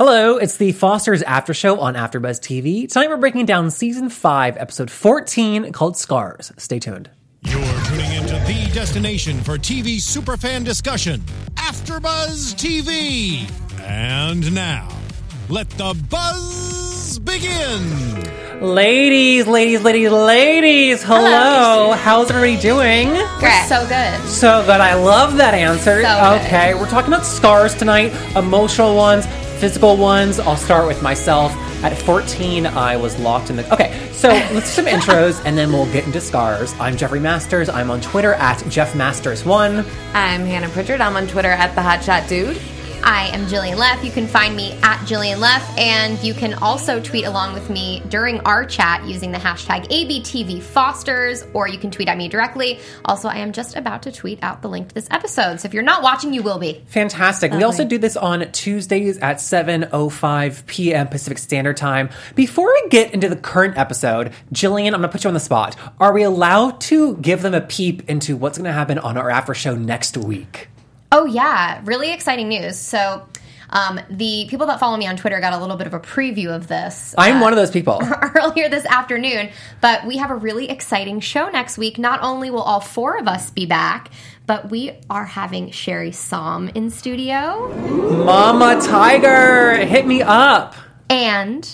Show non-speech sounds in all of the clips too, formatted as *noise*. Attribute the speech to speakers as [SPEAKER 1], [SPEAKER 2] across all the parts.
[SPEAKER 1] Hello, it's the Foster's After Show on AfterBuzz TV. Tonight we're breaking down season five, episode fourteen, called "Scars." Stay tuned.
[SPEAKER 2] You're tuning into the destination for TV superfan discussion, AfterBuzz TV. And now, let the buzz begin.
[SPEAKER 1] Ladies, ladies, ladies, ladies. Hello,
[SPEAKER 3] Hello.
[SPEAKER 1] how's everybody doing?
[SPEAKER 3] We're
[SPEAKER 4] Great.
[SPEAKER 3] so good.
[SPEAKER 1] So good. I love that answer.
[SPEAKER 3] So good.
[SPEAKER 1] okay, we're talking about scars tonight, emotional ones, physical ones. I'll start with myself. At 14, I was locked in the. Okay, *laughs* so let's do some intros and then we'll get into scars. I'm Jeffrey Masters. I'm on Twitter at JeffMasters1.
[SPEAKER 4] I'm Hannah Pritchard. I'm on Twitter at the Hotshot Dude.
[SPEAKER 3] I am Jillian Leff. You can find me at Jillian Leff, and you can also tweet along with me during our chat using the hashtag ABTVFosters, or you can tweet at me directly. Also, I am just about to tweet out the link to this episode, so if you're not watching, you will be.
[SPEAKER 1] Fantastic. We also do this on Tuesdays at 7:05 p.m. Pacific Standard Time. Before we get into the current episode, Jillian, I'm going to put you on the spot. Are we allowed to give them a peep into what's going to happen on our after show next week?
[SPEAKER 3] Oh, yeah. Really exciting news. So, um, the people that follow me on Twitter got a little bit of a preview of this.
[SPEAKER 1] I'm one of those
[SPEAKER 3] *laughs*
[SPEAKER 1] people.
[SPEAKER 3] earlier this afternoon, but we have a really exciting show next week. Not only will all four of us be back, but we are having Sherry Som in studio
[SPEAKER 1] Mama Tiger, hit me
[SPEAKER 3] *gasps*
[SPEAKER 1] up.
[SPEAKER 3] and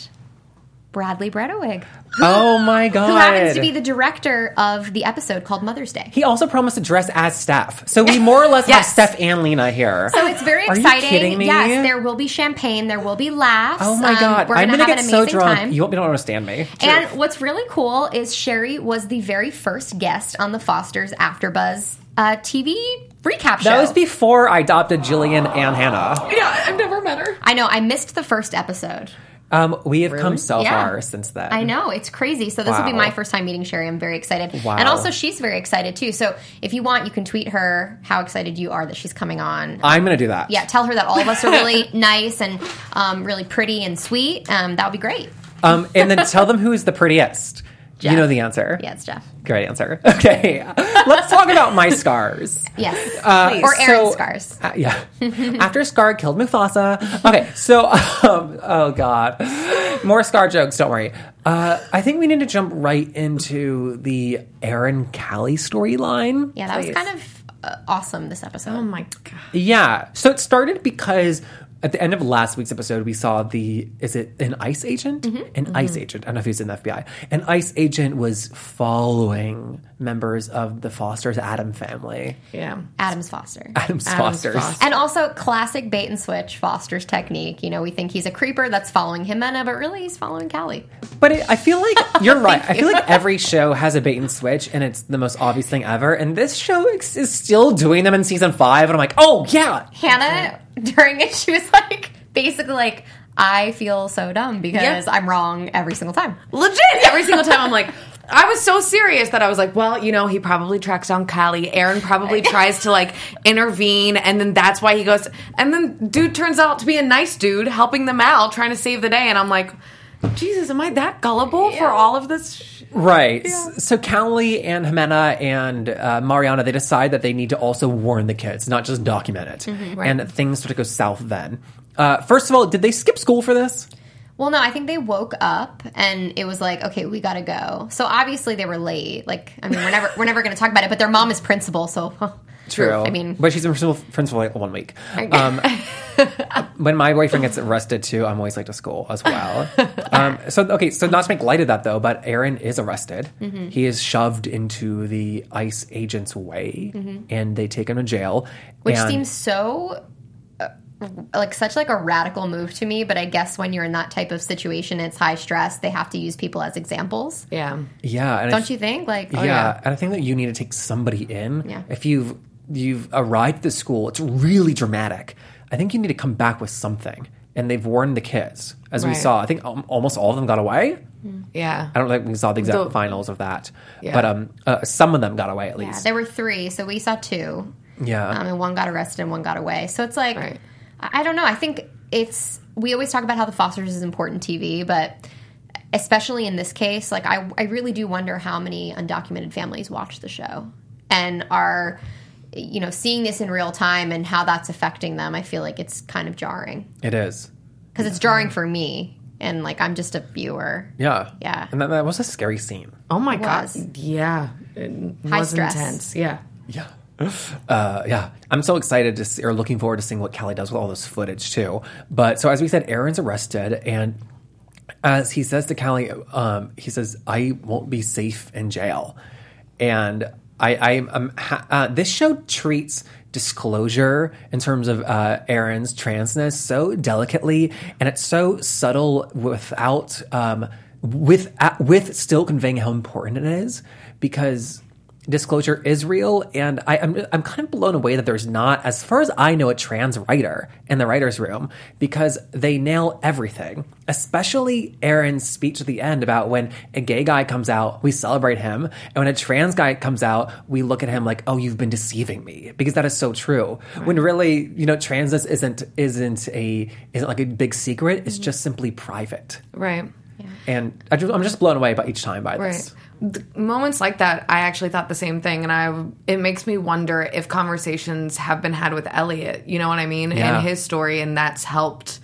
[SPEAKER 3] Bradley Bredewig,
[SPEAKER 1] Oh my god.
[SPEAKER 3] who happens to be the director of the episode called Mother's Day.
[SPEAKER 1] He also promised to dress as Steph. So
[SPEAKER 3] *laughs*
[SPEAKER 1] we more or less
[SPEAKER 4] Yes.
[SPEAKER 1] have Steph and Lena here.
[SPEAKER 3] So it's very
[SPEAKER 1] Are you
[SPEAKER 3] exciting.
[SPEAKER 1] kidding me?
[SPEAKER 3] Yes, there will be champagne, there will be laughs.
[SPEAKER 1] Oh my
[SPEAKER 3] Um,
[SPEAKER 1] god.
[SPEAKER 3] we're
[SPEAKER 1] I'm
[SPEAKER 3] gonna
[SPEAKER 1] going to
[SPEAKER 3] have
[SPEAKER 1] get
[SPEAKER 3] an
[SPEAKER 1] so
[SPEAKER 3] amazing
[SPEAKER 1] drunk.
[SPEAKER 3] time.
[SPEAKER 1] You won't be able to understand me.
[SPEAKER 3] And what's really cool is Sherry was the very first guest on the Foster's AfterBuzz uh, TV recap show.
[SPEAKER 1] that was before I adopted Jillian and Hannah.
[SPEAKER 4] Yeah, I've never met her.
[SPEAKER 3] I know. I missed the first episode.
[SPEAKER 1] Um, we have come so
[SPEAKER 3] Yeah.
[SPEAKER 1] far since then.
[SPEAKER 3] I know it's crazy. So this will be
[SPEAKER 1] Mm. Wow.
[SPEAKER 3] my first time meeting Sherry. I'm very excited,
[SPEAKER 1] Wow.
[SPEAKER 3] and also she's very excited too. So if you want, you can tweet her how excited you are that she's coming on.
[SPEAKER 1] I'm gonna do that.
[SPEAKER 3] yeah, tell her that all of us
[SPEAKER 1] *laughs*
[SPEAKER 3] are really nice and um, really pretty and sweet. Um, that would be great.
[SPEAKER 1] Um, and then tell them who is the prettiest. You
[SPEAKER 3] Jeff.
[SPEAKER 1] know the answer.
[SPEAKER 3] Yeah, it's Jeff.
[SPEAKER 1] Great answer. *laughs* Okay. Let's talk about my scars.
[SPEAKER 3] Yes,
[SPEAKER 1] Please.
[SPEAKER 3] or Aaron
[SPEAKER 1] Uh, So-
[SPEAKER 3] Scars.
[SPEAKER 1] Uh,
[SPEAKER 3] *laughs*
[SPEAKER 1] yeah. After Scar killed Mufasa. Okay. So, *laughs* um, oh god, more Scar jokes. Don't worry. Uh, I think we need to jump right into the Aaron Callie storyline.
[SPEAKER 3] Yeah, that was kind of uh, awesome. This episode.
[SPEAKER 4] Oh my god.
[SPEAKER 1] Yeah. So it started because at the end of last week's episode, we saw the is it an ICE agent?
[SPEAKER 4] Mm-hmm.
[SPEAKER 1] An ICE agent. I don't know if he's in the FBI. An ICE agent was following members of the Foster's Adam family.
[SPEAKER 4] Yeah.
[SPEAKER 3] Adams Foster.
[SPEAKER 1] Adam's,
[SPEAKER 4] Adam's
[SPEAKER 1] Foster's.
[SPEAKER 4] Foster.
[SPEAKER 3] And also, classic bait and switch Foster's technique. You know, we think he's a creeper that's following Jimena, but really he's following Callie.
[SPEAKER 1] But it, I feel like
[SPEAKER 4] *laughs*
[SPEAKER 1] you're right. I feel like every show has a bait and switch, and it's the most obvious thing ever. And this show is, is still doing them in season five, and I'm like, oh yeah,
[SPEAKER 3] Hannah *laughs* during it, she was like basically like, I feel so dumb because
[SPEAKER 4] Yeah.
[SPEAKER 3] I'm wrong every single time.
[SPEAKER 4] Legit. Every single time I'm like, *laughs* I was so serious that I was like, well, you know, he probably tracks down Callie. Aaron probably *laughs* tries to like intervene, and then that's why he goes. And then dude turns out to be a nice dude, helping them out, trying to save the day. And I'm like, Jesus, am I that gullible for all of this? sh-
[SPEAKER 1] Right. S- So Callie and Jimena and uh, Mariana, they decide that they need to also warn the kids, not just document it.
[SPEAKER 3] Mm-hmm,
[SPEAKER 1] And things start to go south then. Uh, first of all, did they skip school for this?
[SPEAKER 3] Well, no, I think they woke up and it was like, okay, we gotta go. So obviously they were late. Like, I mean, we're never we're never gonna talk about it. But their mom is principal, so huh. I mean,
[SPEAKER 1] but she's in principal, principal like one week. Um,
[SPEAKER 3] *laughs*
[SPEAKER 1] when my boyfriend gets arrested too, I'm always late to school as well. um, so okay, so not to make light of that though, but Aaron is arrested.
[SPEAKER 3] Mm-hmm.
[SPEAKER 1] He is shoved into the ICE agent's way, and they take him to jail.
[SPEAKER 3] Mm-hmm. which
[SPEAKER 1] and-
[SPEAKER 3] seems so uh, like such like a radical move to me. But I guess when you're in that type of situation, it's high stress. They have to use people as examples,
[SPEAKER 4] Yeah.
[SPEAKER 1] yeah. And I
[SPEAKER 3] don't you think? Like,
[SPEAKER 1] yeah, and I think that you need to take somebody in.
[SPEAKER 3] Oh, Yeah.
[SPEAKER 1] If you've you've arrived at the school, it's really dramatic. I think you need to come back with something. And they've warned the kids, as we
[SPEAKER 4] Right.
[SPEAKER 1] saw. I think al- almost all of them got away.
[SPEAKER 4] Yeah.
[SPEAKER 1] I don't think we saw the exact
[SPEAKER 4] The-
[SPEAKER 1] finals of that,
[SPEAKER 4] Yeah.
[SPEAKER 1] but um, uh, some of them got away at
[SPEAKER 3] Yeah,
[SPEAKER 1] least.
[SPEAKER 3] there were three, so we saw two.
[SPEAKER 1] Yeah.
[SPEAKER 3] um, and one got arrested and one got away. So it's like,
[SPEAKER 4] Right.
[SPEAKER 3] I I don't know. I think it's we always talk about how the Fosters is important TV, but especially in this case, like I, I really do wonder how many undocumented families watch the show and are you know seeing this in real time and how that's affecting them. I feel like it's kind of jarring.
[SPEAKER 1] It is.
[SPEAKER 3] because it's jarring for me, and like I'm just a viewer.
[SPEAKER 1] Yeah.
[SPEAKER 3] Yeah.
[SPEAKER 1] And that, that was a scary scene.
[SPEAKER 4] Oh my
[SPEAKER 3] Was.
[SPEAKER 4] god! Yeah, it
[SPEAKER 3] High
[SPEAKER 4] was
[SPEAKER 3] stress.
[SPEAKER 4] intense. Yeah,
[SPEAKER 1] Yeah. Uh, yeah, I'm so excited to see, or looking forward to seeing what Callie does with all this footage too. But so as we said, Aaron's arrested, and as he says to Callie, um, he says, "I won't be safe in jail." And I, I am ha- uh, this show treats disclosure in terms of uh, Aaron's transness so delicately, and it's so subtle without um, with uh, with still conveying how important it is because disclosure is real and I, I'm, I'm kind of blown away that there's not as far as i know a trans writer in the writers room because they nail everything especially aaron's speech at the end about when a gay guy comes out we celebrate him and when a trans guy comes out we look at him like oh you've been deceiving me because that is so true when really you know transness isn't isn't a isn't like a big secret it's just simply private
[SPEAKER 4] right.
[SPEAKER 1] and I just, i'm just blown away by each time by this
[SPEAKER 4] Right. Th- moments like that, I actually thought the same thing, and I it makes me wonder if conversations have been had with Elliot. You know what I mean?
[SPEAKER 1] Yeah.
[SPEAKER 4] And his story, and that's helped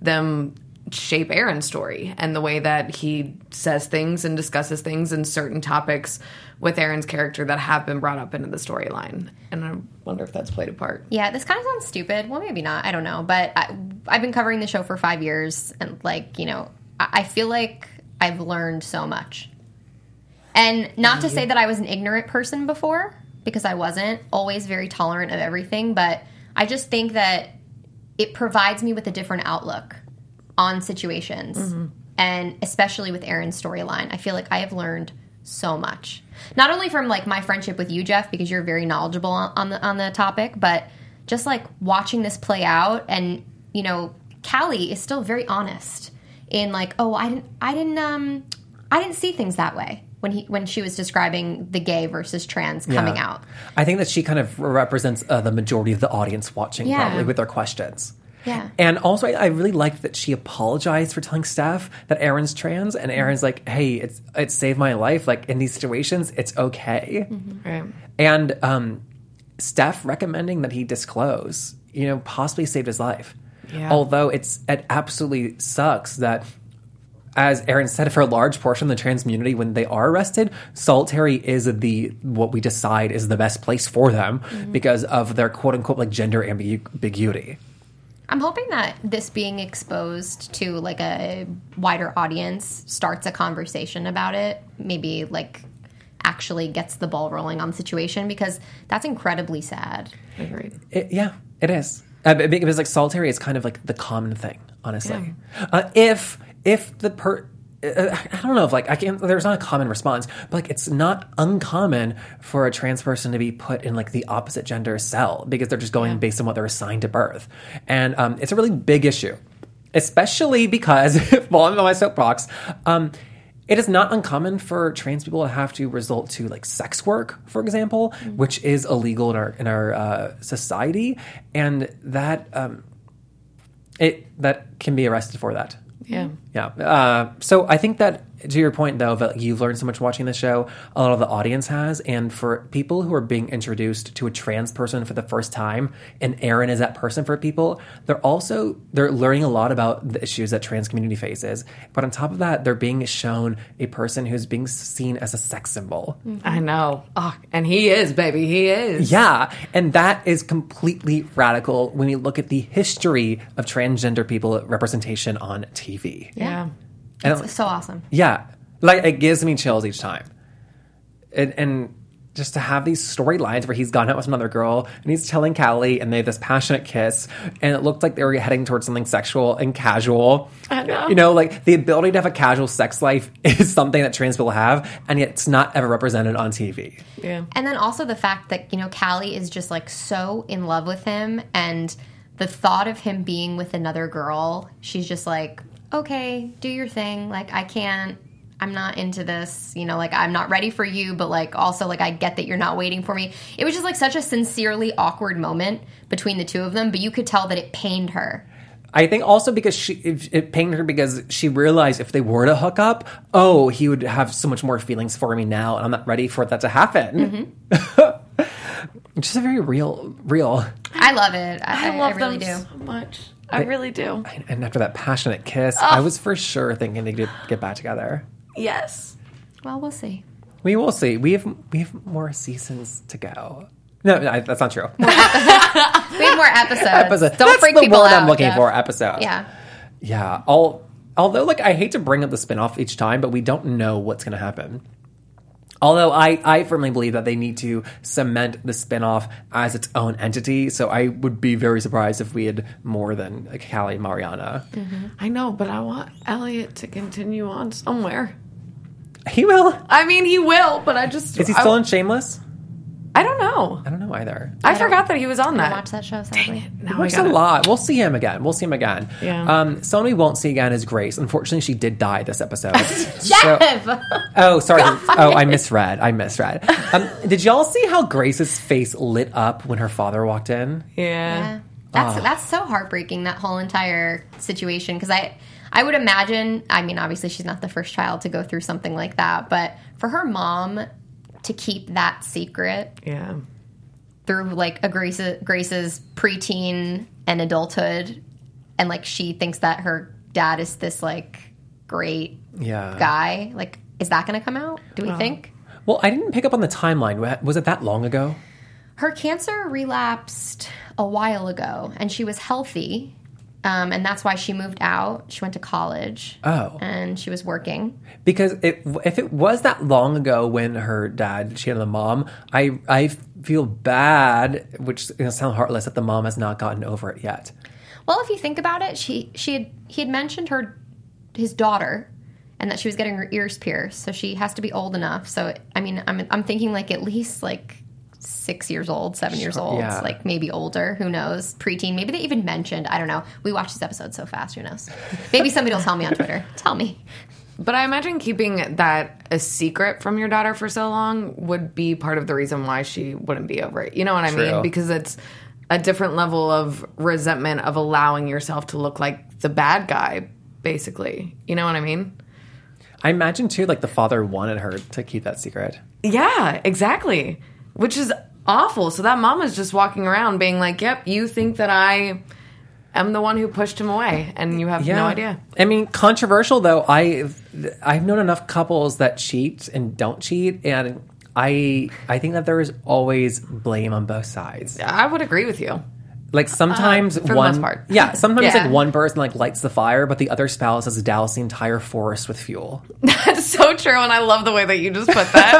[SPEAKER 4] them shape Aaron's story and the way that he says things and discusses things and certain topics with Aaron's character that have been brought up into the storyline. And I wonder if that's played a part.
[SPEAKER 3] Yeah, this kind of sounds stupid. Well, maybe not. I don't know. But I, I've been covering the show for five years, and like you know, I, I feel like I've learned so much. And not to say that I was an ignorant person before, because I wasn't always very tolerant of everything. But I just think that it provides me with a different outlook on situations, and especially with Aaron's storyline. I feel like I have learned so much, not only from like my friendship with you, Jeff, because you're very knowledgeable on, on the on the topic, but just like watching this play out, and you know, Callie is still very honest in like, oh, I didn't, I didn't, um, I didn't see things that way when he when she was describing the gay versus trans coming
[SPEAKER 1] Yeah.
[SPEAKER 3] out.
[SPEAKER 1] I think that she kind of represents uh, the majority of the audience watching
[SPEAKER 3] Yeah.
[SPEAKER 1] probably with their questions.
[SPEAKER 3] Yeah.
[SPEAKER 1] And also, I, I really liked that she apologized for telling staff that Aaron's trans, and Aaron's like, "Hey, it's it saved my life. Like in these situations, it's okay."
[SPEAKER 3] Mm-hmm.
[SPEAKER 4] Right.
[SPEAKER 1] And um, Steph recommending that he disclose, you know, possibly saved his life.
[SPEAKER 4] Yeah.
[SPEAKER 1] Although it's it absolutely sucks that, as Aaron said, for a large portion of the trans community, when they are arrested, solitary is the what we decide is the best place for them because of their quote unquote like gender ambigu- ambiguity.
[SPEAKER 3] I'm hoping that this being exposed to like a wider audience starts a conversation about it. Maybe like actually gets the ball rolling on the situation because that's incredibly sad.
[SPEAKER 4] Agreed.
[SPEAKER 1] It, yeah, it is. Uh, be- because like solitary is kind of like the common thing, honestly. Uh, if if the per uh, I don't know if like I can't. There's not a common response, but like it's not uncommon for a trans person to be put in like the opposite gender cell because they're just going based on what they're assigned to birth, and um, it's a really big issue, especially because *laughs* falling on my soapbox, um, it is not uncommon for trans people to have to resort to like sex work, for example, which is illegal in our in our uh, society, and that um, it that can be arrested for that.
[SPEAKER 4] Yeah.
[SPEAKER 1] Yeah. Uh, so I think that to your point, though, that you've learned so much watching the show, a lot of the audience has, and for people who are being introduced to a trans person for the first time, and Aaron is that person for people, they're also they're learning a lot about the issues that trans community faces. But on top of that, they're being shown a person who's being seen as a sex symbol.
[SPEAKER 4] I know. Oh, and he is, baby. He is.
[SPEAKER 1] Yeah, and that is completely radical when you look at the history of transgender people representation on TV.
[SPEAKER 4] Yeah.
[SPEAKER 1] And
[SPEAKER 3] It's so awesome.
[SPEAKER 1] Yeah, like it gives me chills each time, and and just to have these storylines where he's gone out with another girl and he's telling Callie, and they have this passionate kiss, and it looked like they were heading towards something sexual and casual. I
[SPEAKER 4] know.
[SPEAKER 1] You know, like the ability to have a casual sex life *laughs* is something that trans people have, and yet it's not ever represented on TV.
[SPEAKER 4] Yeah.
[SPEAKER 3] And then also the fact that, you know, Callie is just like so in love with him and the thought of him being with another girl, she's just like, "Okay, do your thing. Like I can't I'm not into this, you know, like I'm not ready for you, but like also like I get that you're not waiting for me." It was just like such a sincerely awkward moment between the two of them, but you could tell that it pained her.
[SPEAKER 1] I think also because she it, it pained her because she realized if they were to hook up, oh, he would have so much more feelings for me now, and I'm not ready for that to happen. *laughs* Just a very real, real.
[SPEAKER 3] I love it. I, I,
[SPEAKER 4] I love
[SPEAKER 3] I really
[SPEAKER 4] them
[SPEAKER 3] do.
[SPEAKER 4] so much. I really do.
[SPEAKER 1] And after that passionate kiss, I was for sure thinking they would get back together.
[SPEAKER 4] Yes.
[SPEAKER 3] Well, we'll see.
[SPEAKER 1] We will see. We have we have more seasons to go. No, no, I- that's not true.
[SPEAKER 3] We
[SPEAKER 4] *laughs*
[SPEAKER 3] have more episodes.
[SPEAKER 1] Episode-
[SPEAKER 3] Don't
[SPEAKER 1] that's
[SPEAKER 3] freak
[SPEAKER 1] the
[SPEAKER 3] people
[SPEAKER 1] word
[SPEAKER 3] out.
[SPEAKER 1] I'm looking
[SPEAKER 3] Jeff.
[SPEAKER 1] for. Episode.
[SPEAKER 3] Yeah.
[SPEAKER 1] Yeah. All, although, like, I hate to bring up the spinoff each time, but we don't know what's going to happen. Although I, I firmly believe that they need to cement the spinoff as its own entity, so I would be very surprised if we had more than like, Callie and Mariana.
[SPEAKER 3] Mm.
[SPEAKER 4] I know, but I want Elliot to continue on somewhere.
[SPEAKER 1] He will.
[SPEAKER 4] I mean, he will, but I just.
[SPEAKER 1] Is he
[SPEAKER 4] I-
[SPEAKER 1] still in Shameless?
[SPEAKER 4] I don't know.
[SPEAKER 1] I don't know either.
[SPEAKER 4] I, forgot that he was on
[SPEAKER 3] I
[SPEAKER 4] that.
[SPEAKER 3] watch that show. Sadly.
[SPEAKER 4] Now I
[SPEAKER 1] Works a
[SPEAKER 4] gotta-
[SPEAKER 1] lot. We'll see him again. We'll see him again.
[SPEAKER 4] Yeah.
[SPEAKER 1] Um, someone we won't see again is Grace. Unfortunately, she did die this episode.
[SPEAKER 3] *laughs*
[SPEAKER 1] So-
[SPEAKER 3] Jeff!
[SPEAKER 1] Oh, sorry. Oh, I misread. I misread. Um, did y'all see how Grace's face lit up when her father walked in?
[SPEAKER 4] Yeah.
[SPEAKER 3] That's that's so heartbreaking that whole entire situation because I I would imagine I mean obviously she's not the first child to go through something like that but for her mom to keep that secret
[SPEAKER 4] Yeah.
[SPEAKER 3] through like a Grace's, Grace's preteen and adulthood and like she thinks that her dad is this like great
[SPEAKER 1] Yeah.
[SPEAKER 3] guy like is that going to come out do we think
[SPEAKER 1] Well, I didn't pick up on the timeline. Wa- Was it that long ago?
[SPEAKER 3] her cancer relapsed a while ago and she was healthy um, and that's why she moved out she went to college
[SPEAKER 1] Oh.
[SPEAKER 3] and she was working
[SPEAKER 1] Because it, if it was that long ago when her dad cheated on the mom, I I feel bad, which you know, sound heartless, that the mom has not gotten over it yet.
[SPEAKER 3] well if you think about it she she had he had mentioned her his daughter and that she was getting her ears pierced so she has to be old enough so i mean i'm, I'm thinking like at least like six years old seven years old
[SPEAKER 1] yeah.
[SPEAKER 3] like maybe older who knows preteen maybe they even mentioned i don't know we watch this episode so fast who knows maybe somebody will tell me on twitter tell me
[SPEAKER 4] But I imagine keeping that a secret from your daughter for so long would be part of the reason why she wouldn't be over it. You know what I
[SPEAKER 1] True.
[SPEAKER 4] mean? Because it's a different level of resentment of allowing yourself to look like the bad guy, basically. You know what I mean?
[SPEAKER 1] I imagine too, like the father wanted her to keep that secret.
[SPEAKER 4] Yeah, exactly. Which is awful. So that mom is just walking around being like, yep, you think that I am the one who pushed him away, and you have no idea.
[SPEAKER 1] I mean, controversial though. I I've known enough couples that cheat and don't cheat, and I I think that there is always blame on both sides.
[SPEAKER 4] I would agree with you. *laughs*
[SPEAKER 1] Like sometimes
[SPEAKER 4] Uh, the
[SPEAKER 1] one
[SPEAKER 4] most part.
[SPEAKER 1] yeah, sometimes
[SPEAKER 4] Yeah.
[SPEAKER 1] like one person like lights the fire, but the other spouse is douse the entire forest with
[SPEAKER 4] *laughs*
[SPEAKER 1] fuel.
[SPEAKER 4] That's so true, and I love the way that you just put that.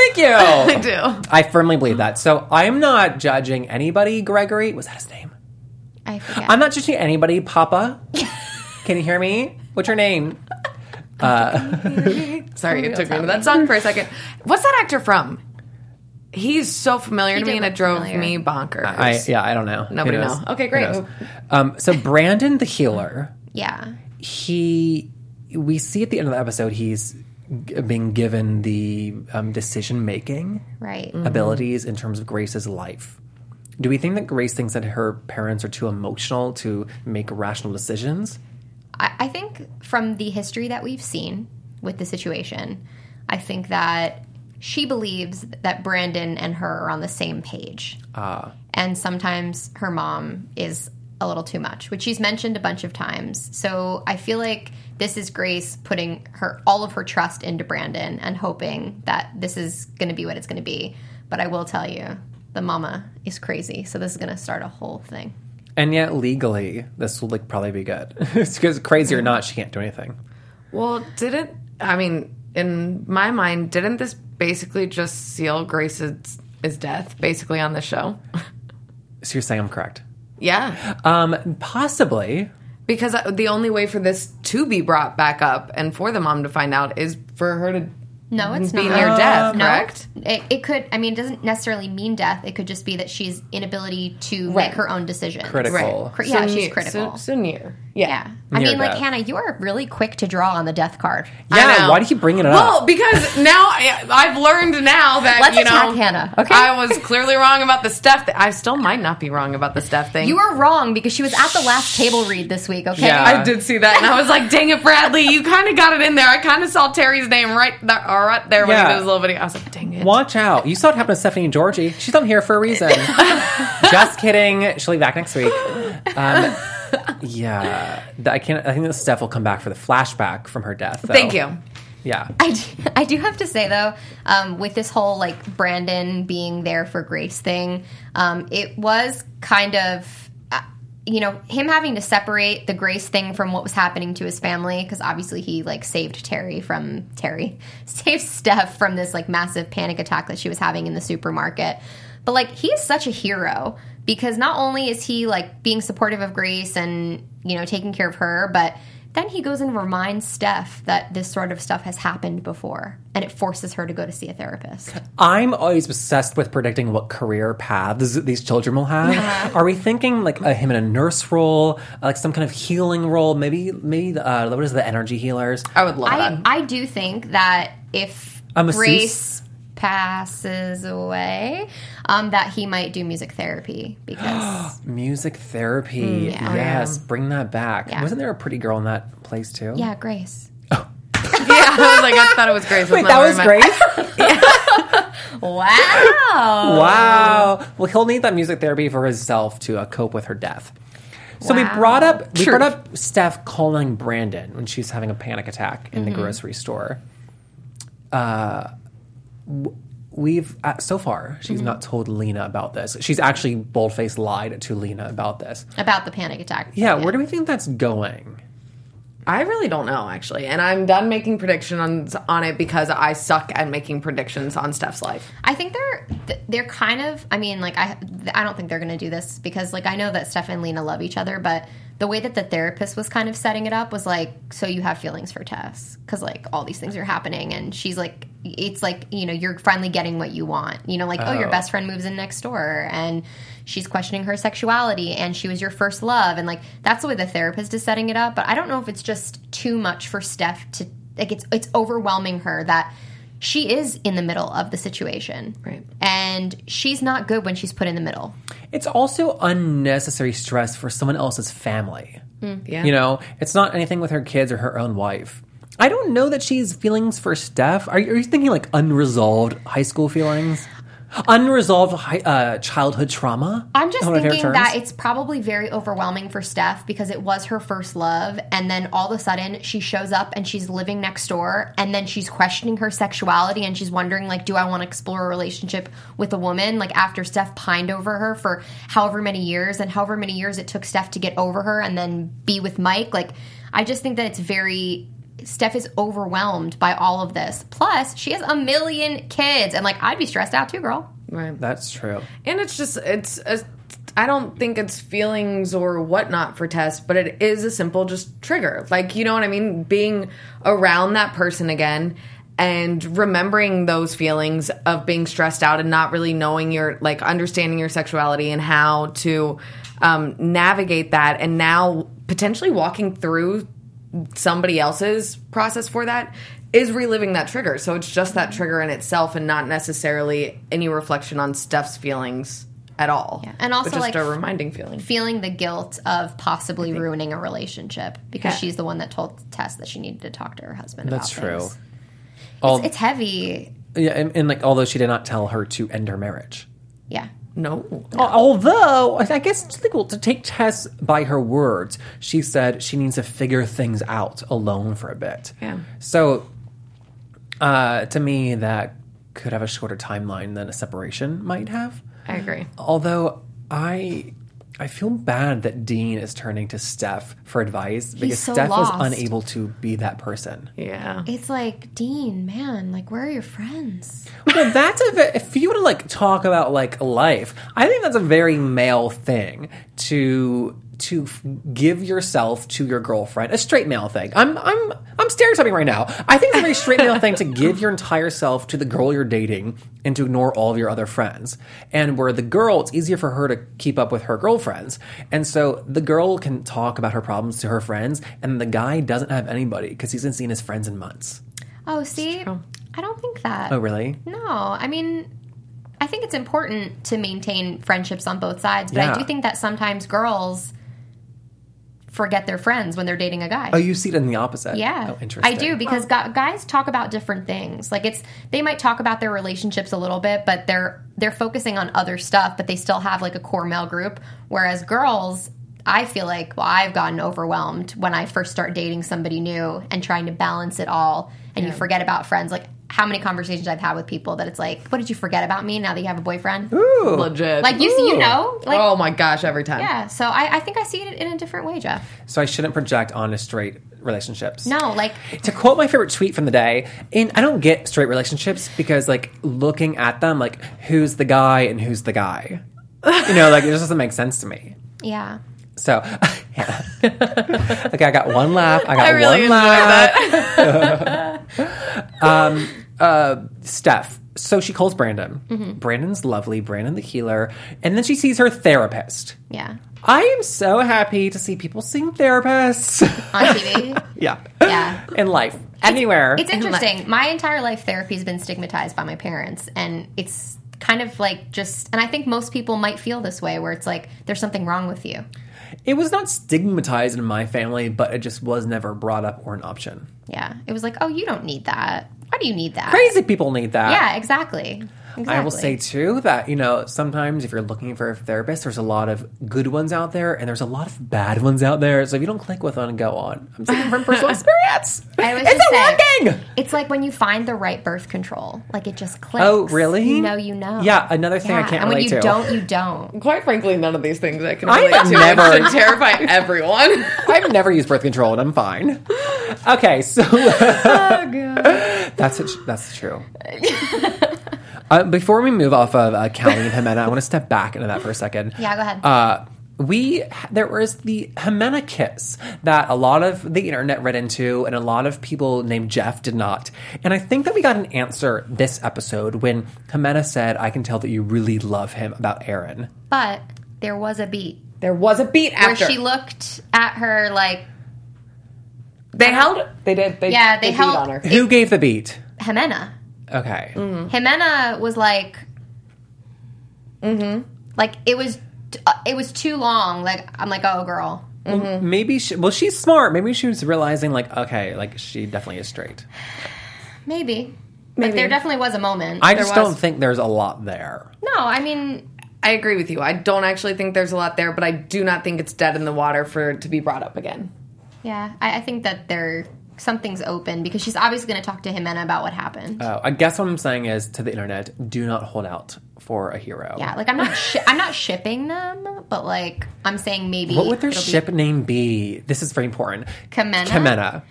[SPEAKER 1] Thank you. I
[SPEAKER 4] do.
[SPEAKER 1] I firmly believe that. So I'm not judging anybody. Gregory was that his name?
[SPEAKER 3] i forget
[SPEAKER 1] I'm not judging anybody. Papa, can you hear me? What's your name?
[SPEAKER 4] Sorry, it took me to that song for a second. What's that actor from? He's so familiar to
[SPEAKER 3] did
[SPEAKER 4] me, and
[SPEAKER 3] look
[SPEAKER 4] it drove
[SPEAKER 3] familiar.
[SPEAKER 4] me bonkers.
[SPEAKER 1] I yeah, I don't know. Who
[SPEAKER 4] Nobody
[SPEAKER 1] knows?
[SPEAKER 4] know. Okay,
[SPEAKER 1] Who
[SPEAKER 4] great.
[SPEAKER 1] knows? Um,
[SPEAKER 4] *laughs*
[SPEAKER 1] so Brandon the healer,
[SPEAKER 3] yeah
[SPEAKER 1] he we see at the end of the episode he's g- being given the um, decision making
[SPEAKER 3] right
[SPEAKER 4] Mm. Mm-hmm.
[SPEAKER 1] abilities in terms of Grace's life. Do we think that Grace thinks that her parents are too emotional to make rational decisions?
[SPEAKER 3] I, I think from the history that we've seen with the situation, I think that she believes that Brandon and her are on the same page.
[SPEAKER 4] Ah.
[SPEAKER 3] And sometimes her mom is a little too much, which she's mentioned a bunch of times. So I feel like this is Grace putting her all of her trust into Brandon and hoping that this is going to be what it's going to be. But I will tell you, the mama is crazy. So this is going to start a whole thing.
[SPEAKER 1] And yet legally, this will like probably be good. *laughs* Because crazy or not, she can't do anything.
[SPEAKER 4] Well, didn't I mean? In my mind, didn't this basically just seal Grace's his death, basically on the show? *laughs*
[SPEAKER 1] So you're saying I'm correct?
[SPEAKER 4] yeah,
[SPEAKER 1] Um, possibly.
[SPEAKER 4] because the only way for this to be brought back up and for the mom to find out is for her to
[SPEAKER 3] No, it's
[SPEAKER 4] be
[SPEAKER 3] not.
[SPEAKER 4] near
[SPEAKER 1] Oh,
[SPEAKER 4] death,
[SPEAKER 3] No.
[SPEAKER 4] correct?
[SPEAKER 3] It, it could. I mean, it doesn't necessarily mean death. It could just be that she's inability to make her own decisions.
[SPEAKER 1] Critical.
[SPEAKER 3] Cri- yeah, she's
[SPEAKER 4] near-
[SPEAKER 3] critical.
[SPEAKER 4] So, so near. Yeah.
[SPEAKER 3] Yeah. I
[SPEAKER 1] Near
[SPEAKER 3] mean, like
[SPEAKER 1] death.
[SPEAKER 3] Hannah, you are really quick to draw on the death card.
[SPEAKER 4] I
[SPEAKER 1] Yeah.
[SPEAKER 4] know.
[SPEAKER 1] Why do you keep bringing it up?
[SPEAKER 4] Well, because now I, I've learned now that
[SPEAKER 3] Let's
[SPEAKER 4] you
[SPEAKER 3] attack
[SPEAKER 4] know
[SPEAKER 3] Hannah, okay?
[SPEAKER 4] I was clearly wrong about the Steph. Th- I still might not be wrong about the Steph thing.
[SPEAKER 3] You were wrong because she was at the last table read this week. Okay.
[SPEAKER 1] Yeah.
[SPEAKER 4] I did see that, and I was like, "Dang it, Bradley! You kind of got it in there. I kind of saw Terry's name right there, or right there when
[SPEAKER 1] Yeah.
[SPEAKER 4] he did his little video. I was like, "Dang it!"
[SPEAKER 1] Watch out. You saw it happen to Stephanie and Georgie. She's on here for a reason. Just kidding. She'll be back next week. Um, yeah, Th- I can't. I think that Steph will come back for the flashback from her death. though.
[SPEAKER 4] Thank you.
[SPEAKER 1] Yeah,
[SPEAKER 3] I do, *laughs* I do have to say though, um, with this whole like Brandon being there for Grace thing, um, it was kind of uh, you know him having to separate the Grace thing from what was happening to his family because obviously he like saved Terry from Terry *laughs* saved Steph from this like massive panic attack that she was having in the supermarket. But like he is such a hero because not only is he like being supportive of Grace and you know taking care of her, but then he goes and reminds Steph that this sort of stuff has happened before, and it forces her to go to see a therapist.
[SPEAKER 1] I'm always obsessed with predicting what career paths these children will have. Are we thinking like a, him in a nurse role, uh, like some kind of healing role? Maybe, maybe the, uh, what is it, the energy healers?
[SPEAKER 4] I would love
[SPEAKER 3] I,
[SPEAKER 4] that. *laughs*
[SPEAKER 3] I do think that if
[SPEAKER 1] Um, A masseuse?
[SPEAKER 3] Grace passes away, um, that he might do music therapy
[SPEAKER 1] *gasps*
[SPEAKER 3] because
[SPEAKER 1] Music therapy.
[SPEAKER 3] yeah.
[SPEAKER 1] Yes, bring that back. Wasn't there a pretty girl in that place too?
[SPEAKER 3] yeah, Grace.
[SPEAKER 4] yeah, I was like, I thought it was Grace.
[SPEAKER 1] Wait, that was great.
[SPEAKER 3] Wow.
[SPEAKER 1] wow. Well, he'll need that music therapy for himself to uh, cope with her death. So we brought up we
[SPEAKER 4] Truth.
[SPEAKER 1] brought up Steph calling Brandon when she's having a panic attack in the grocery store. Uh, w- we've uh, so far she's not told Lena about this. She's actually boldface lied to Lena about this.
[SPEAKER 3] About the panic attack.
[SPEAKER 1] Yeah, where do we think that's going?
[SPEAKER 4] I really don't know actually, and I'm done making predictions on it because I suck at making predictions on Steph's life.
[SPEAKER 3] I think they're th- they're kind of. I mean, like I I don't think they're going to do this because like I know that Steph and Lena love each other, but the way that the therapist was kind of setting it up was like, so you have feelings for Tess because like all these things are happening, and she's like, it's like you know you're finally getting what you want, you know, like oh, your best friend moves in next door, and she's questioning her sexuality, and she was your first love, and like that's the way the therapist is setting it up. But I don't know if it's just too much for Steph to like it's it's overwhelming her that she is in the middle of the situation.
[SPEAKER 4] Right.
[SPEAKER 3] And she's not good when she's put in the middle.
[SPEAKER 1] It's also unnecessary stress for someone else's family.
[SPEAKER 3] Hmm.
[SPEAKER 4] Yeah,
[SPEAKER 1] You know, it's not anything with her kids or her own wife. I don't know that she's feelings for Steph. Are you, are you thinking like unresolved high school feelings? Unresolved hi uh, childhood trauma?
[SPEAKER 3] I'm just
[SPEAKER 1] One of my favorite
[SPEAKER 3] thinking that
[SPEAKER 1] terms.
[SPEAKER 3] it's probably very overwhelming for Steph because it was her first love. And then all of a sudden she shows up and she's living next door. And then she's questioning her sexuality and she's wondering, like, do I want to explore a relationship with a woman? Like, after Steph pined over her for however many years and however many years it took Steph to get over her and then be with Mike. Like, I just think that it's very Steph is overwhelmed by all of this. Plus, she has a million kids, and like I'd be stressed out too, girl.
[SPEAKER 4] right.
[SPEAKER 1] That's true.
[SPEAKER 4] And it's just it's a, I don't think it's feelings or whatnot for Tess, but it is a simple just trigger. Like you know what I mean? Being around that person again and remembering those feelings of being stressed out and not really knowing your like understanding your sexuality and how to um, navigate that, and now potentially walking through somebody else's process for that is reliving that trigger. So it's just that trigger in itself and not necessarily any reflection on Steph's feelings at all.
[SPEAKER 3] And
[SPEAKER 4] But
[SPEAKER 3] also,
[SPEAKER 4] just
[SPEAKER 3] like,
[SPEAKER 4] a reminding feeling.
[SPEAKER 3] Feeling the guilt of possibly ruining a relationship because she's the one that told Tess that she needed to talk to her husband.
[SPEAKER 1] That's
[SPEAKER 3] about
[SPEAKER 1] true.
[SPEAKER 3] things.
[SPEAKER 1] All,
[SPEAKER 3] It's, it's heavy.
[SPEAKER 1] yeah, and, and like, although she did not tell her to end her marriage.
[SPEAKER 3] Yeah.
[SPEAKER 4] no.
[SPEAKER 1] Al- Although, I guess it's legal to take Tess by her words. She said she needs to figure things out alone for a bit.
[SPEAKER 4] Yeah.
[SPEAKER 1] So, uh, to me, that could have a shorter timeline than a separation might have.
[SPEAKER 4] I agree.
[SPEAKER 1] Although I I feel bad that Dean is turning to Steph for advice because
[SPEAKER 3] so
[SPEAKER 1] Steph was
[SPEAKER 3] lost.
[SPEAKER 1] unable to be that person.
[SPEAKER 4] Yeah.
[SPEAKER 3] It's like, Dean, man, like, where are your friends?
[SPEAKER 1] Well, that's a ve- if you were to like talk about like life, I think that's a very male thing to to f- give yourself to your girlfriend. A straight male thing. I'm I'm I'm stereotyping right now. I think it's a very straight male thing *laughs* to give your entire self to the girl you're dating and to ignore all of your other friends. And where the girl, it's easier for her to keep up with her girlfriends, and so the girl can talk about her problems to her friends, and the guy doesn't have anybody because he hasn't seen his friends in months.
[SPEAKER 3] Oh, see, I don't think that.
[SPEAKER 1] Oh, really?
[SPEAKER 3] No, I mean, I think it's important to maintain friendships on both sides, but
[SPEAKER 1] Yeah.
[SPEAKER 3] I do think that sometimes girls forget their friends when they're dating a guy.
[SPEAKER 1] Oh, you see it in the opposite.
[SPEAKER 3] Yeah,
[SPEAKER 1] Oh, interesting.
[SPEAKER 3] I do because gu- guys talk about different things. Like it's they might talk about their relationships a little bit, but they're they're focusing on other stuff. But they still have like a core male group. Whereas girls, I feel like well, I've gotten overwhelmed when I first start dating somebody new and trying to balance it all, and you forget about friends. Like how many conversations I've had with people that it's like, what did you forget about me now that you have a boyfriend?
[SPEAKER 4] legit.
[SPEAKER 3] Like you, see, you know, like
[SPEAKER 4] oh my gosh, every time.
[SPEAKER 3] yeah. So I, I think I see it in a different way, Jeff.
[SPEAKER 1] So I shouldn't project onto straight relationships.
[SPEAKER 3] No, like
[SPEAKER 1] To quote my favorite tweet from the day, and I don't get straight relationships because like looking at them, like who's the guy and who's the
[SPEAKER 3] *laughs*
[SPEAKER 1] guy, you know, like it just doesn't make sense to me.
[SPEAKER 3] yeah.
[SPEAKER 1] So, *laughs* yeah. okay, I got one laugh. I got
[SPEAKER 4] I really
[SPEAKER 1] one
[SPEAKER 4] enjoyed
[SPEAKER 1] laugh. *laughs*
[SPEAKER 4] that.
[SPEAKER 1] Um, uh, Steph. So she calls Brandon.
[SPEAKER 3] Mm-hmm.
[SPEAKER 1] Brandon's lovely. Brandon the healer, and then she sees her therapist.
[SPEAKER 3] Yeah.
[SPEAKER 1] I am so happy to see people seeing therapists. *laughs*
[SPEAKER 3] On TV.
[SPEAKER 1] yeah,
[SPEAKER 3] yeah.
[SPEAKER 1] in life, anywhere.
[SPEAKER 3] It's interesting. My entire life, therapy has been stigmatized by my parents, and it's kind of like just. And I think most people might feel this way, where it's like there's something wrong with you.
[SPEAKER 1] It was not stigmatized in my family, but it just was never brought up or an option.
[SPEAKER 3] Yeah, it was like, oh, you don't need that. Why do you need that?
[SPEAKER 1] Crazy people need that.
[SPEAKER 3] Yeah, exactly. exactly.
[SPEAKER 1] I will say too that, you know, sometimes if you're looking for a therapist, there's a lot of good ones out there and there's a lot of bad ones out there. So if you don't click with one, go on. I'm speaking
[SPEAKER 3] *laughs*
[SPEAKER 1] from personal experience.
[SPEAKER 3] I was
[SPEAKER 1] it's
[SPEAKER 3] just
[SPEAKER 1] a
[SPEAKER 3] saying-
[SPEAKER 1] working.
[SPEAKER 3] It's like when you find the right birth control, like it just clicks.
[SPEAKER 1] Oh, really?
[SPEAKER 3] You know, you know.
[SPEAKER 1] Yeah, another thing I
[SPEAKER 3] Yeah,
[SPEAKER 1] can't
[SPEAKER 3] And when
[SPEAKER 1] relate
[SPEAKER 3] you
[SPEAKER 1] to.
[SPEAKER 3] don't, you don't.
[SPEAKER 4] Quite frankly, none of these things I can
[SPEAKER 1] I
[SPEAKER 4] relate
[SPEAKER 1] have
[SPEAKER 4] to.
[SPEAKER 1] never-
[SPEAKER 4] Never should terrify *laughs* everyone.
[SPEAKER 1] I've never used birth control and I'm fine. Okay,
[SPEAKER 3] *laughs*
[SPEAKER 1] so
[SPEAKER 3] Oh,
[SPEAKER 1] that's it, that's true. uh, before we move off of uh, Callie and Jimena, I want to step back into that for a second.
[SPEAKER 3] Yeah, go ahead.
[SPEAKER 1] Uh, we there was the Jimena kiss that a lot of the internet read into, and a lot of people named Jeff did not. And I think that we got an answer this episode when Jimena said, "I can tell that you really love him." About Aaron,
[SPEAKER 3] But there was a beat
[SPEAKER 4] there was a beat
[SPEAKER 3] where
[SPEAKER 4] after
[SPEAKER 3] she looked at her like
[SPEAKER 4] They held. They did. They,
[SPEAKER 3] Yeah, they
[SPEAKER 4] beat
[SPEAKER 3] held-
[SPEAKER 4] on her.
[SPEAKER 1] who gave the beat?
[SPEAKER 3] Jimena.
[SPEAKER 1] Okay,
[SPEAKER 3] Jimena was like, like it was, uh, it was too long. Like I'm like, oh girl,
[SPEAKER 1] maybe she, well she's smart maybe she was realizing like okay like she definitely is straight
[SPEAKER 3] maybe. But there definitely was a moment.
[SPEAKER 1] i
[SPEAKER 3] There
[SPEAKER 1] just
[SPEAKER 3] was.
[SPEAKER 1] don't think there's a lot there
[SPEAKER 3] No, I mean,
[SPEAKER 4] I agree with you. I don't actually think there's a lot there, but I do not think it's dead in the water for it to be brought up again.
[SPEAKER 3] yeah, I, I think that there something's open because she's obviously going to talk to Jimena about what happened.
[SPEAKER 1] oh i guess what i'm saying is to the internet do not hold out for a hero
[SPEAKER 3] yeah, like I'm not, shi- I'm not shipping them, but like I'm saying maybe
[SPEAKER 1] what would their
[SPEAKER 3] it'll be-
[SPEAKER 1] ship name be this is very important
[SPEAKER 3] Kamena?
[SPEAKER 1] Kamena.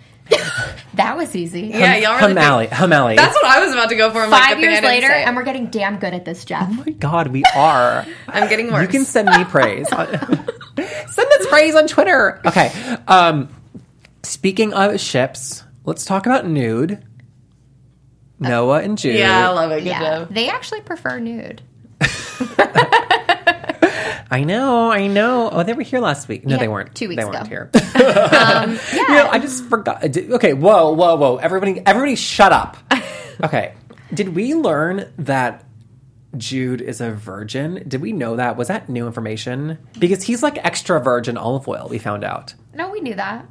[SPEAKER 3] that was easy.
[SPEAKER 4] Yeah, y'all really. think-
[SPEAKER 1] hamali hamali
[SPEAKER 4] that's what I was about to go for. I'm like,
[SPEAKER 3] Five
[SPEAKER 4] good thing I
[SPEAKER 3] years
[SPEAKER 4] didn't
[SPEAKER 3] later,
[SPEAKER 4] say it.
[SPEAKER 3] and we're getting damn good at this, Jeff.
[SPEAKER 1] oh my god we are
[SPEAKER 4] I'm getting worse.
[SPEAKER 1] you can send me praise send us praise on twitter okay um speaking of ships let's talk about nude noah and jude
[SPEAKER 4] yeah, I love it. Good
[SPEAKER 3] Yeah,
[SPEAKER 4] job.
[SPEAKER 3] they actually prefer nude.
[SPEAKER 1] I know, I know. Oh, they were here last week. No,
[SPEAKER 3] Yeah,
[SPEAKER 1] they weren't.
[SPEAKER 3] two weeks
[SPEAKER 1] they weren't
[SPEAKER 3] ago.
[SPEAKER 1] here.
[SPEAKER 3] Yeah,
[SPEAKER 1] You know, I just forgot. did- Okay, whoa, whoa, whoa! Everybody, everybody, shut
[SPEAKER 3] *laughs*
[SPEAKER 1] up. Okay, did we learn that Jude is a virgin? Did we know that? Was that new information? Because he's like extra virgin olive oil. We found out
[SPEAKER 3] no, we knew that.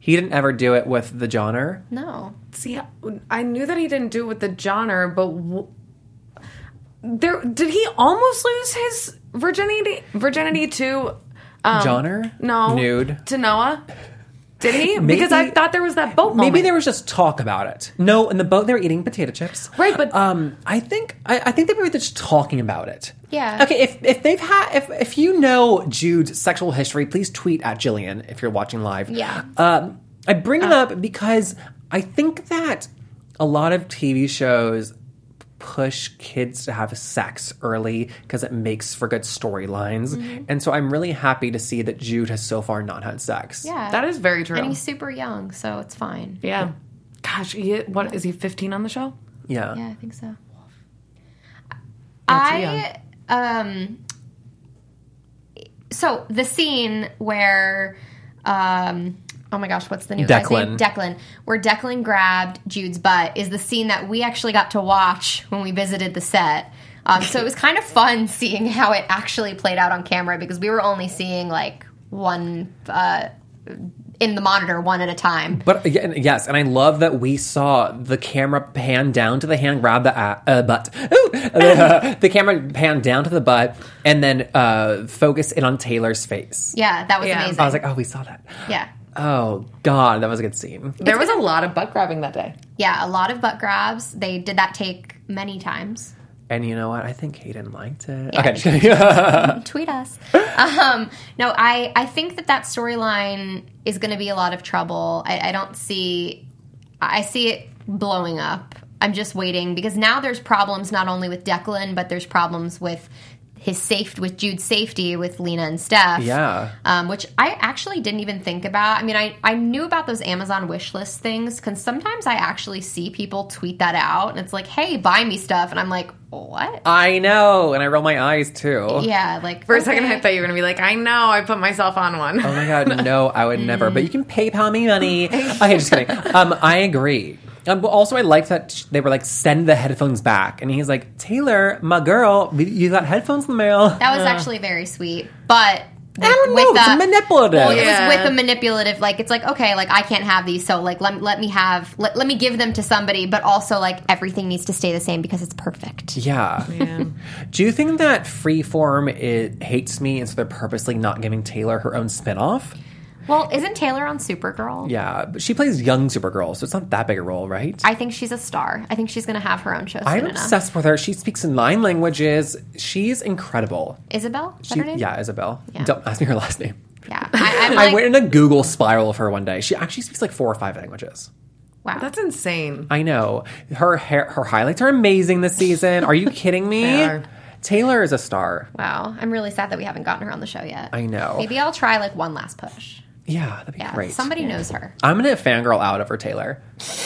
[SPEAKER 1] he didn't ever do it with the Johnner.
[SPEAKER 3] No.
[SPEAKER 4] See, I knew that he didn't do it with the genre, but w- there did he almost lose his virginity? Virginity to um,
[SPEAKER 1] Johnner?
[SPEAKER 4] No,
[SPEAKER 1] Nude.
[SPEAKER 4] to Noah. Did he?
[SPEAKER 1] Maybe-
[SPEAKER 4] because I thought there was that boat.
[SPEAKER 1] Maybe
[SPEAKER 4] Oh, moment.
[SPEAKER 1] there was just talk about it. No, in the boat they were eating potato chips.
[SPEAKER 4] Right, but-
[SPEAKER 1] um, I think I, I think they were just talking about it.
[SPEAKER 3] Yeah.
[SPEAKER 1] Okay. If if they've had if if you know Jude's sexual history, please tweet at Jillian if you're watching live.
[SPEAKER 3] Yeah.
[SPEAKER 1] Um, I bring it up because I think that a lot of TV shows push kids to have sex early because it makes for good storylines, and so I'm really happy to see that Jude has so far not had sex.
[SPEAKER 3] Yeah.
[SPEAKER 4] That is very true.
[SPEAKER 3] And he's super young, so it's fine.
[SPEAKER 4] yeah. Gosh, he, what is he? 15 on the show?
[SPEAKER 1] Yeah.
[SPEAKER 3] Yeah, I think so.
[SPEAKER 4] young.
[SPEAKER 3] I um so the scene where um oh my gosh, what's the new guy's name?
[SPEAKER 1] Declan.
[SPEAKER 3] Declan, where Declan grabbed Jude's butt is the scene that we actually got to watch when we visited the set. Um, so it was kind of fun *laughs* seeing how it actually played out on camera because we were only seeing like one uh, in the monitor one at a time.
[SPEAKER 1] But again, yes, and I love that we saw the camera pan down to the hand, grab the a uh, butt. Ooh! *laughs* the camera pan down to the butt, and then uh, focus in on Taylor's face.
[SPEAKER 3] Yeah, that was
[SPEAKER 4] Yeah.
[SPEAKER 3] amazing.
[SPEAKER 1] I was like, oh, we saw that.
[SPEAKER 3] yeah.
[SPEAKER 1] Oh God, that was a good scene.
[SPEAKER 4] There was a lot of butt grabbing that day.
[SPEAKER 3] Yeah, a lot of butt grabs. They did that take many times.
[SPEAKER 1] And you know what? I think Hayden liked it.
[SPEAKER 3] Yeah.
[SPEAKER 1] Okay, *laughs* just kidding.
[SPEAKER 3] Tweet us. *laughs* Um, no, I, I think that that storyline is going to be a lot of trouble. I, I don't see, I see it blowing up. I'm just waiting because now there's problems not only with Declan, but there's problems with his safety, with Jude's safety, with Lena and Steph.
[SPEAKER 1] yeah.
[SPEAKER 3] um, which I actually didn't even think about. I mean, I, I knew about those Amazon wish list things because sometimes I actually see people tweet that out and it's like, hey, buy me stuff. And I'm like, what?
[SPEAKER 1] I know, and I roll my eyes too.
[SPEAKER 3] yeah, like
[SPEAKER 4] Uh, For a second, I thought you were gonna be like, "I know, I put myself on one." *laughs*
[SPEAKER 1] Oh my god, no, I would never. But you can PayPal me
[SPEAKER 3] *laughs*
[SPEAKER 1] money. Okay, just kidding. Um, I agree. Um, but also, I liked that sh- they were like, send the headphones back, and he's like, Taylor, my girl, we- you got headphones in the
[SPEAKER 3] *laughs*
[SPEAKER 1] mail.
[SPEAKER 3] that was actually very sweet, but
[SPEAKER 1] Uh. I don't know, it's manipulative.
[SPEAKER 3] Well, it
[SPEAKER 4] Yeah.
[SPEAKER 3] was with a manipulative, like it's like okay, like I can't have these, so like let let me have let, let me give them to somebody, but also like everything needs to stay the same because it's perfect.
[SPEAKER 1] yeah. Do you think that Freeform it hates me, and so they're purposely not giving Taylor her own spinoff?
[SPEAKER 3] Well, isn't Taylor on Supergirl?
[SPEAKER 1] Yeah, but she plays young Supergirl, so it's not that big a role, right?
[SPEAKER 3] I think she's a star. I think she's going to have her own show soon
[SPEAKER 1] I'm
[SPEAKER 3] enough.
[SPEAKER 1] obsessed with her. She speaks in nine languages. She's incredible.
[SPEAKER 3] Isabel, is that
[SPEAKER 1] She,
[SPEAKER 3] her name?
[SPEAKER 1] yeah, Isabel. Don't ask me her last name. *laughs*
[SPEAKER 3] Yeah, I, I'm
[SPEAKER 1] I
[SPEAKER 3] like,
[SPEAKER 1] went in a Google spiral of her one day. She actually speaks like four or five languages.
[SPEAKER 3] wow.
[SPEAKER 4] That's insane.
[SPEAKER 1] I know. Her hair, her highlights are amazing this season. Are you kidding
[SPEAKER 3] *laughs*
[SPEAKER 1] me?
[SPEAKER 4] They are.
[SPEAKER 1] Taylor is a star.
[SPEAKER 3] wow, I'm really sad that we haven't gotten her on the show yet.
[SPEAKER 1] I know.
[SPEAKER 3] Maybe I'll try like one last push.
[SPEAKER 1] Yeah, that'd be
[SPEAKER 3] Yeah,
[SPEAKER 1] great.
[SPEAKER 3] somebody knows her.
[SPEAKER 1] I'm gonna fangirl out over Taylor,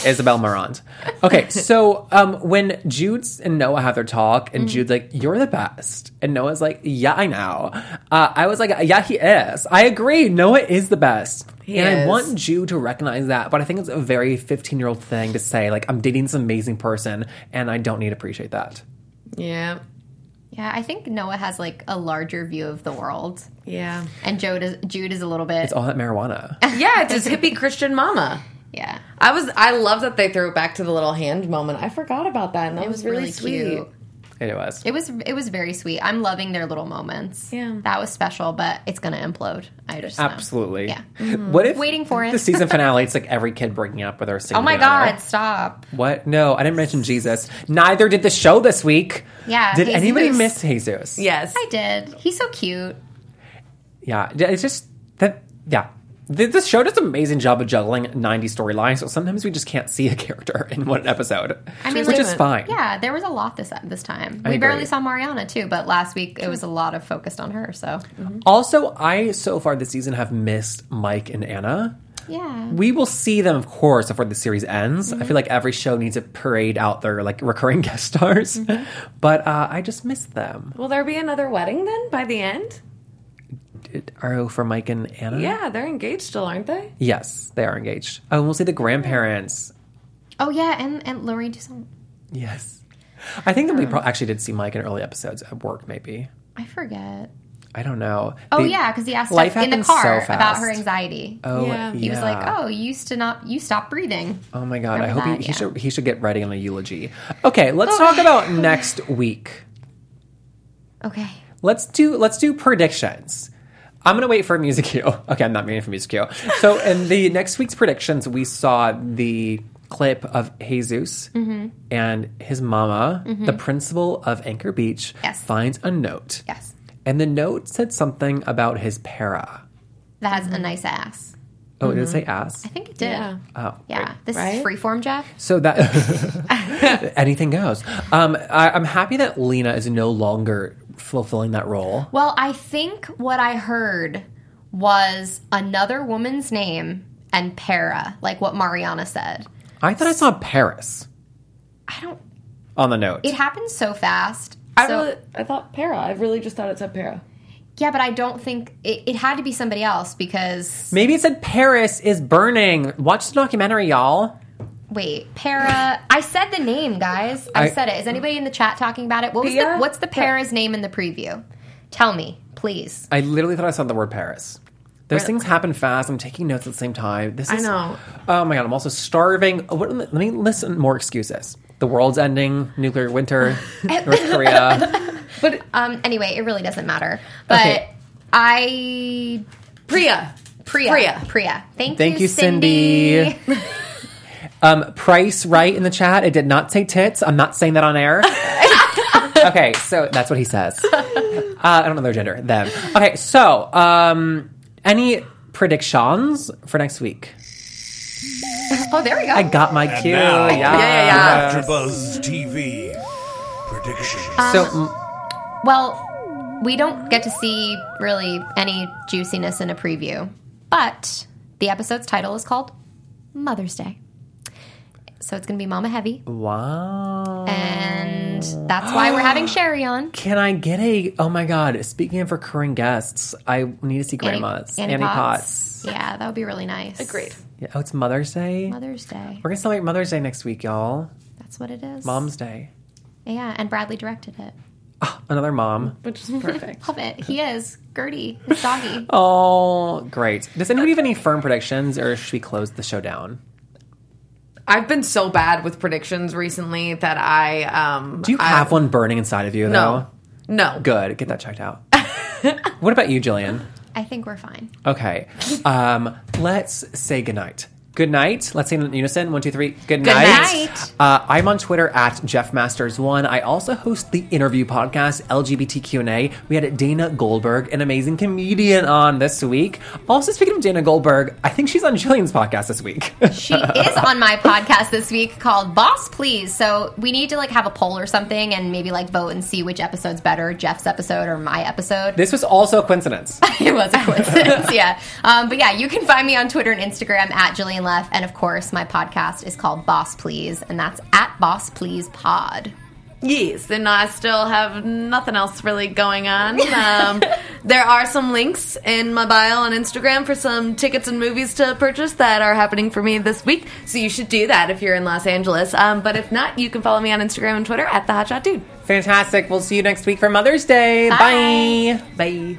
[SPEAKER 1] Isabel Marant. Okay, so um, when Jude and Noah have their talk,
[SPEAKER 3] Mm.
[SPEAKER 1] and Jude's like, "You're the best," and Noah's like, "Yeah, I know." Uh, I was like, "Yeah, he is." I agree. Noah is the best, and I
[SPEAKER 4] is.
[SPEAKER 1] want Jude to recognize that. But I think it's a very 15 year old thing to say, like, "I'm dating this amazing person, and I don't need to appreciate that."
[SPEAKER 4] Yeah,
[SPEAKER 3] Yeah, I think Noah has like a larger view of the world,
[SPEAKER 4] yeah,
[SPEAKER 3] and Jude is, Jude is a little bit.
[SPEAKER 1] It's all that
[SPEAKER 3] *laughs*
[SPEAKER 1] marijuana.
[SPEAKER 4] *laughs* yeah. It's his hippie Christian mama.
[SPEAKER 3] yeah,
[SPEAKER 4] I was. I love that they threw it back to the little hand moment. I forgot about that, and that
[SPEAKER 3] it
[SPEAKER 4] was, really, sweet.
[SPEAKER 3] cute.
[SPEAKER 1] it was.
[SPEAKER 3] It was it was very sweet. I'm loving their little moments.
[SPEAKER 4] Yeah.
[SPEAKER 3] that was special, but it's gonna implode. I just know.
[SPEAKER 1] Absolutely.
[SPEAKER 3] Yeah. Mm-hmm.
[SPEAKER 1] What if
[SPEAKER 3] Waiting for it.
[SPEAKER 1] The
[SPEAKER 3] *laughs*
[SPEAKER 1] season finale. It's like every kid breaking up with their.
[SPEAKER 3] Oh my god, stop!
[SPEAKER 1] What? No, I didn't mention Jesus. Neither did the show this week.
[SPEAKER 3] Yeah,
[SPEAKER 1] Did anybody
[SPEAKER 3] Jesus.
[SPEAKER 1] miss Jesus?
[SPEAKER 4] Yes.
[SPEAKER 3] I did. He's so cute.
[SPEAKER 1] Yeah. It's just that. Yeah. Th- This show does an amazing job of juggling 90 storylines, so sometimes we just can't see a character *laughs* in one episode,
[SPEAKER 3] I mean,
[SPEAKER 1] which
[SPEAKER 3] like-
[SPEAKER 1] is fine.
[SPEAKER 3] Yeah, there was a lot this this time.
[SPEAKER 1] I
[SPEAKER 3] we barely
[SPEAKER 1] agree.
[SPEAKER 3] saw Mariana too, but last week it was a lot of focused on her. So
[SPEAKER 4] Mm-hmm.
[SPEAKER 1] Also, I so far this season have missed Mike and Anna.
[SPEAKER 3] yeah,
[SPEAKER 1] We will see them, of course, before the series ends.
[SPEAKER 3] Mm-hmm.
[SPEAKER 1] I feel like every show needs to parade out their like recurring *laughs* guest stars,
[SPEAKER 3] Mm-hmm.
[SPEAKER 1] but uh, I just miss them.
[SPEAKER 4] Will there be another wedding then by the end?
[SPEAKER 1] Oh, for Mike and Anna.
[SPEAKER 4] Yeah, they're engaged still, aren't they?
[SPEAKER 1] Yes, they are engaged. Oh, and we'll see the grandparents
[SPEAKER 3] oh yeah, and and Lori Dusson.
[SPEAKER 1] Yes. I think that we pro- actually did see Mike in early episodes at work, maybe.
[SPEAKER 3] I forget.
[SPEAKER 1] I don't know.
[SPEAKER 3] Oh
[SPEAKER 1] They-
[SPEAKER 3] yeah, because he asked
[SPEAKER 1] Life
[SPEAKER 3] Steph in the
[SPEAKER 1] happens so
[SPEAKER 3] car about
[SPEAKER 1] fast.
[SPEAKER 3] her anxiety.
[SPEAKER 1] Oh, yeah.
[SPEAKER 4] Yeah.
[SPEAKER 3] He was like, "Oh, you used to not. You stopped breathing."
[SPEAKER 1] Oh my God. I
[SPEAKER 3] remember
[SPEAKER 1] hope
[SPEAKER 3] that,
[SPEAKER 1] he, he,
[SPEAKER 3] yeah. Oh.
[SPEAKER 1] should, he should get writing on a eulogy. Okay, let's talk
[SPEAKER 3] *laughs*
[SPEAKER 1] about next week.
[SPEAKER 3] Okay.
[SPEAKER 1] Let's do let's do predictions. I'm gonna wait for a music cue. *laughs* Okay, I'm not waiting for music cue. So in the next week's predictions, we saw the clip of Jesus
[SPEAKER 3] Mm-hmm.
[SPEAKER 1] and his mama, the principal of Anchor Beach,
[SPEAKER 3] Yes.
[SPEAKER 1] finds a note.
[SPEAKER 3] Yes,
[SPEAKER 1] And the note said something about his para.
[SPEAKER 3] that has a nice ass.
[SPEAKER 1] Oh, did it say ass?
[SPEAKER 3] I think it did.
[SPEAKER 4] Mm-hmm. Yeah.
[SPEAKER 3] Mm-hmm. Yeah.
[SPEAKER 1] Oh,
[SPEAKER 3] This
[SPEAKER 4] Right?
[SPEAKER 3] is freeform, Jeff.
[SPEAKER 1] so that
[SPEAKER 3] *laughs*
[SPEAKER 1] *laughs* anything goes. Um, I, I'm happy that Lena is no longer fulfilling that role.
[SPEAKER 3] Well, I think what I heard was another woman's name and para, like what Mariana said.
[SPEAKER 1] I thought I saw Paris
[SPEAKER 3] I don't.
[SPEAKER 1] on the note.
[SPEAKER 3] It happens so fast.
[SPEAKER 4] I
[SPEAKER 3] so-
[SPEAKER 4] really, I thought para. I really just thought it said para.
[SPEAKER 3] yeah, but I don't think it, it had to be somebody else because
[SPEAKER 1] Maybe it said Paris is burning. Watch the documentary, y'all.
[SPEAKER 3] wait, para. I said the name, guys. I,
[SPEAKER 1] I-
[SPEAKER 3] said it. Is anybody in the chat talking about it? What was
[SPEAKER 4] Pia?
[SPEAKER 3] the what's the para's name in the preview? Tell me, please.
[SPEAKER 1] I literally thought I saw the word Paris. Those things happen fast. I'm taking notes at the same time. This
[SPEAKER 4] I
[SPEAKER 1] is,
[SPEAKER 4] know.
[SPEAKER 1] Oh my god, I'm also starving. Oh, what, let me listen more excuses. The world's ending, nuclear
[SPEAKER 4] *laughs*
[SPEAKER 1] winter, North Korea.
[SPEAKER 3] But um, anyway, it really doesn't matter. But
[SPEAKER 1] Okay.
[SPEAKER 3] I
[SPEAKER 4] Priya.
[SPEAKER 3] Priya.
[SPEAKER 4] Priya.
[SPEAKER 3] Priya. Thank,
[SPEAKER 1] Thank
[SPEAKER 3] you,
[SPEAKER 1] you,
[SPEAKER 3] Cindy.
[SPEAKER 1] Cindy. Um, price right in the chat. It did not say tits. I'm not saying that on
[SPEAKER 4] *laughs*
[SPEAKER 1] air. okay, so that's what he says. Uh, I don't know their gender. Them. Okay, so um, any predictions for next week?
[SPEAKER 3] oh, there we go.
[SPEAKER 1] I got my cue.
[SPEAKER 2] now-
[SPEAKER 1] yeah.
[SPEAKER 2] Yeah,
[SPEAKER 4] yeah, yeah.
[SPEAKER 2] AfterBuzz TV predictions.
[SPEAKER 1] So mm,
[SPEAKER 3] well, we don't get to see really any juiciness in a preview, but the episode's title is called Mother's Day. So it's going to be Mama Heavy.
[SPEAKER 1] wow.
[SPEAKER 3] And that's why
[SPEAKER 1] *gasps*
[SPEAKER 3] we're having Sherry on.
[SPEAKER 1] Can I get a? Oh my god! Speaking of recurring guests, I need to see grandmas. Annie, Potts.
[SPEAKER 3] Yeah, that would be really nice.
[SPEAKER 4] Agreed.
[SPEAKER 1] Yeah, Oh, it's Mother's Day.
[SPEAKER 3] Mother's Day.
[SPEAKER 1] We're gonna celebrate Mother's Day next week, y'all.
[SPEAKER 3] That's what it is.
[SPEAKER 1] Mom's Day.
[SPEAKER 3] Yeah, and Bradley directed it.
[SPEAKER 1] Another mom.
[SPEAKER 4] Which is *laughs* perfect.
[SPEAKER 3] Love it. He is. Gertie, his doggy.
[SPEAKER 1] *laughs* Oh, great. Does anybody have any firm predictions, or should we close the show down?
[SPEAKER 4] I've been so bad with predictions recently that I um
[SPEAKER 1] Do you
[SPEAKER 4] I-
[SPEAKER 1] have one burning inside of you?
[SPEAKER 4] No. No.
[SPEAKER 1] Though? Good. Get that checked out. *laughs* what about you, Jillian?
[SPEAKER 3] I think we're fine.
[SPEAKER 1] Okay. Um, let's say goodnight. Good night. Let's say it in unison. One, two, three. Good night.
[SPEAKER 3] night.
[SPEAKER 1] Uh, I'm on Twitter at JeffMasters1. I also host the interview podcast, LGBTQ&A. We had Dana Goldberg, an amazing comedian, on this week. Also, speaking of Dana Goldberg, I think she's on Jillian's podcast this week. *laughs*
[SPEAKER 3] She is on my podcast this week called Boss Please. So we need to like have a poll or something and maybe like vote and see which episode's better, Jeff's episode or my episode.
[SPEAKER 1] this was also a coincidence.
[SPEAKER 3] it was a coincidence, yeah. Um, but yeah, you can find me on Twitter and Instagram at Jillian Leff. And of course, my podcast is called Boss Please, and that's at Boss Please Pod.
[SPEAKER 4] Yes, and I still have nothing else really going on. Um, there are some links in my bio on Instagram for some tickets and movies to purchase that are happening for me this week. So you should do that if you're in Los Angeles. Um, but if not, you can follow me on Instagram and Twitter at the Hot Shot Dude.
[SPEAKER 1] Fantastic. We'll see you next week for Mother's Day.
[SPEAKER 3] Bye.
[SPEAKER 1] Bye. Bye.